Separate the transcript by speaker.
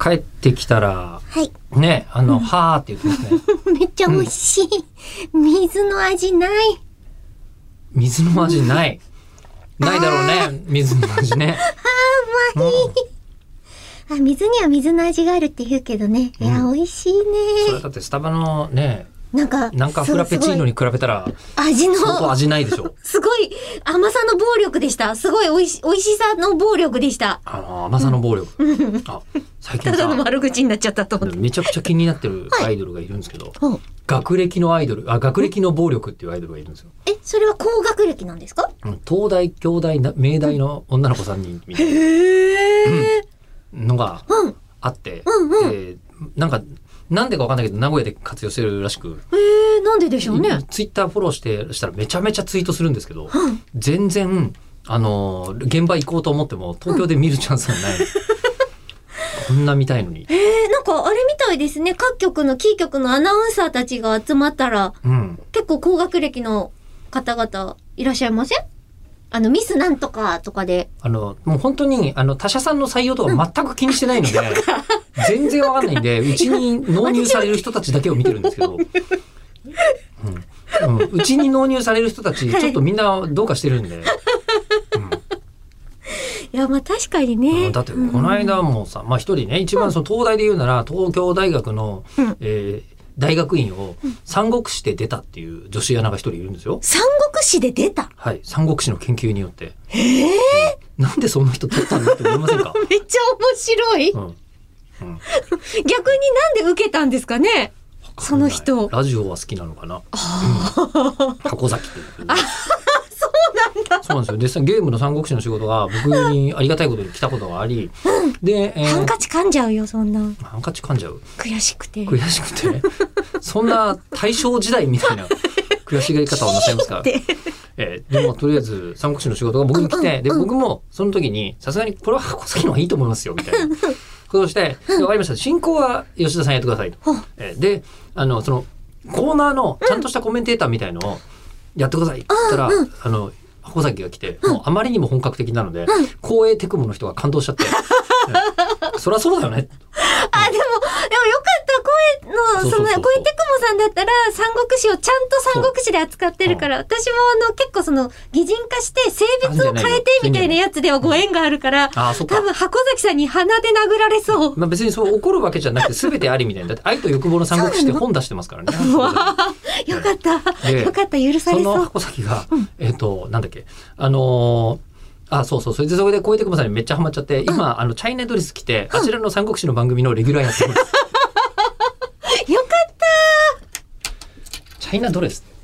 Speaker 1: 帰ってきたら、
Speaker 2: はい。
Speaker 1: ね、あの、はーって言ってますね。
Speaker 2: めっちゃ美味しい。水の味ない。
Speaker 1: 水の味 ない。ないだろうね、水の味ね。
Speaker 2: 甘い。あ、水には水の味があるって言うけどね。いや、美味しい
Speaker 1: それ
Speaker 2: ね。
Speaker 1: だってスタバのね、
Speaker 2: なんか、
Speaker 1: なんかフラペチーノに比べたら、
Speaker 2: そうすごい味
Speaker 1: 相当
Speaker 2: の、
Speaker 1: 味ないでしょ。
Speaker 2: すごい甘さの暴力でした。すごい美味し、美味しさの暴力でした。
Speaker 1: あの、甘さの暴力。あ、最近
Speaker 2: ただの
Speaker 1: さ、
Speaker 2: 悪口になっちゃったと思って。
Speaker 1: めちゃくちゃ気になってるアイドルがいるんですけど、
Speaker 2: お
Speaker 1: 学歴のアイドル、あ、学歴の暴力っていうアイドルがいるんですよ。
Speaker 2: え、それは高学歴なんですか
Speaker 1: うん東大、京大、な明大の女の子3人みたい
Speaker 2: へえ。
Speaker 1: なのが
Speaker 2: うん。へ
Speaker 1: あって、
Speaker 2: うんうん
Speaker 1: でなんか、なんでかわかんないけど、名古屋で活用してるらしく、
Speaker 2: え、なんででしょうね。
Speaker 1: ツイッターフォローしてしたらめちゃめちゃツイートするんですけど、全然あの現場行こうと思っても東京で見るチャンスがない、こんな見たいのに、
Speaker 2: えー、なんかあれみたいですね。各局のキー局のアナウンサーたちが集まったら、
Speaker 1: うん、
Speaker 2: 結構高学歴の方々いらっしゃいませんあの、ミスなんとかとかで。
Speaker 1: あのもう本当にあの他社さんの採用とか全く気にしてないので、全然わかんないんでうちに納入される人たちだけを見てるんです けど。うんうんうち、に納入される人たち、
Speaker 2: はい
Speaker 1: ちょっとみんなどうかしてるんで、
Speaker 2: いや、まあ確かに
Speaker 1: う
Speaker 2: ね。
Speaker 1: んだってこの間もさ、まあ一人ね一番その東大で言うなら東京大学の、
Speaker 2: うん
Speaker 1: えー大学院を三国志で出たっていう女子アナが一人いるんですよ。
Speaker 2: 三国志で出た
Speaker 1: はい、三国志の研究によって。うんなんでそんな人取ったんだって思いません か。
Speaker 2: めっちゃ面白い。
Speaker 1: うん、
Speaker 2: 逆になんで受けたんですかねその人
Speaker 1: ラジオは好きなのかな。うん箱崎っていう。あ、そうなんだ。そうなんですよ。で、ゲームの三国志の仕事が僕にありがたいことに来たことがあり、で、えー
Speaker 2: ハンカチ噛んじゃうよ、そんな。
Speaker 1: ハンカチ噛んじゃう。
Speaker 2: 悔しくて。
Speaker 1: 悔しくてねそんな大正時代みたい な悔しがり方をなさいますから、
Speaker 2: で、
Speaker 1: えーでもとりあえず三国志の仕事が僕に来て、で僕もその時にさすがにこれは箱崎の方がいいと思いますよみたいなことをして「でわかりました進行は吉田さんやってください」と
Speaker 2: うん。
Speaker 1: えーであのそのコーナーのちゃんとしたコメンテーターみたいのをやってくださいって言ったら、あの箱崎が来て、もうあまりにも本格的なので、光栄テクモの人が感動しちゃ って「えーそりゃそうだよね」
Speaker 2: あ、でも、でもよかった。声の、
Speaker 1: そうそ
Speaker 2: そうの、
Speaker 1: そうそう
Speaker 2: 声テクモさんだったら、三国志をちゃんと三国志で扱ってるから、私もあの、結構その、擬人化して、性別を変えてみたいなやつではご縁があるから、
Speaker 1: あーそっか
Speaker 2: 多分箱崎さんに鼻で殴られそう。
Speaker 1: まあ、別にそう怒るわけじゃなくて全てありみたいなだって愛と欲望の三国志って本出してますからね。
Speaker 2: わあ、よかった。
Speaker 1: で
Speaker 2: よかった、許さ
Speaker 1: そ
Speaker 2: れそ
Speaker 1: の
Speaker 2: う。
Speaker 1: 箱崎が、えっ、となんだっけあのーあそうそうそれでそこで小出久保さんにめっちゃハマっちゃって今、あのチャイナドレス着てあちらの三国志の番組のレギュ ラーやってます。
Speaker 2: よかっ
Speaker 1: チャイナドレスって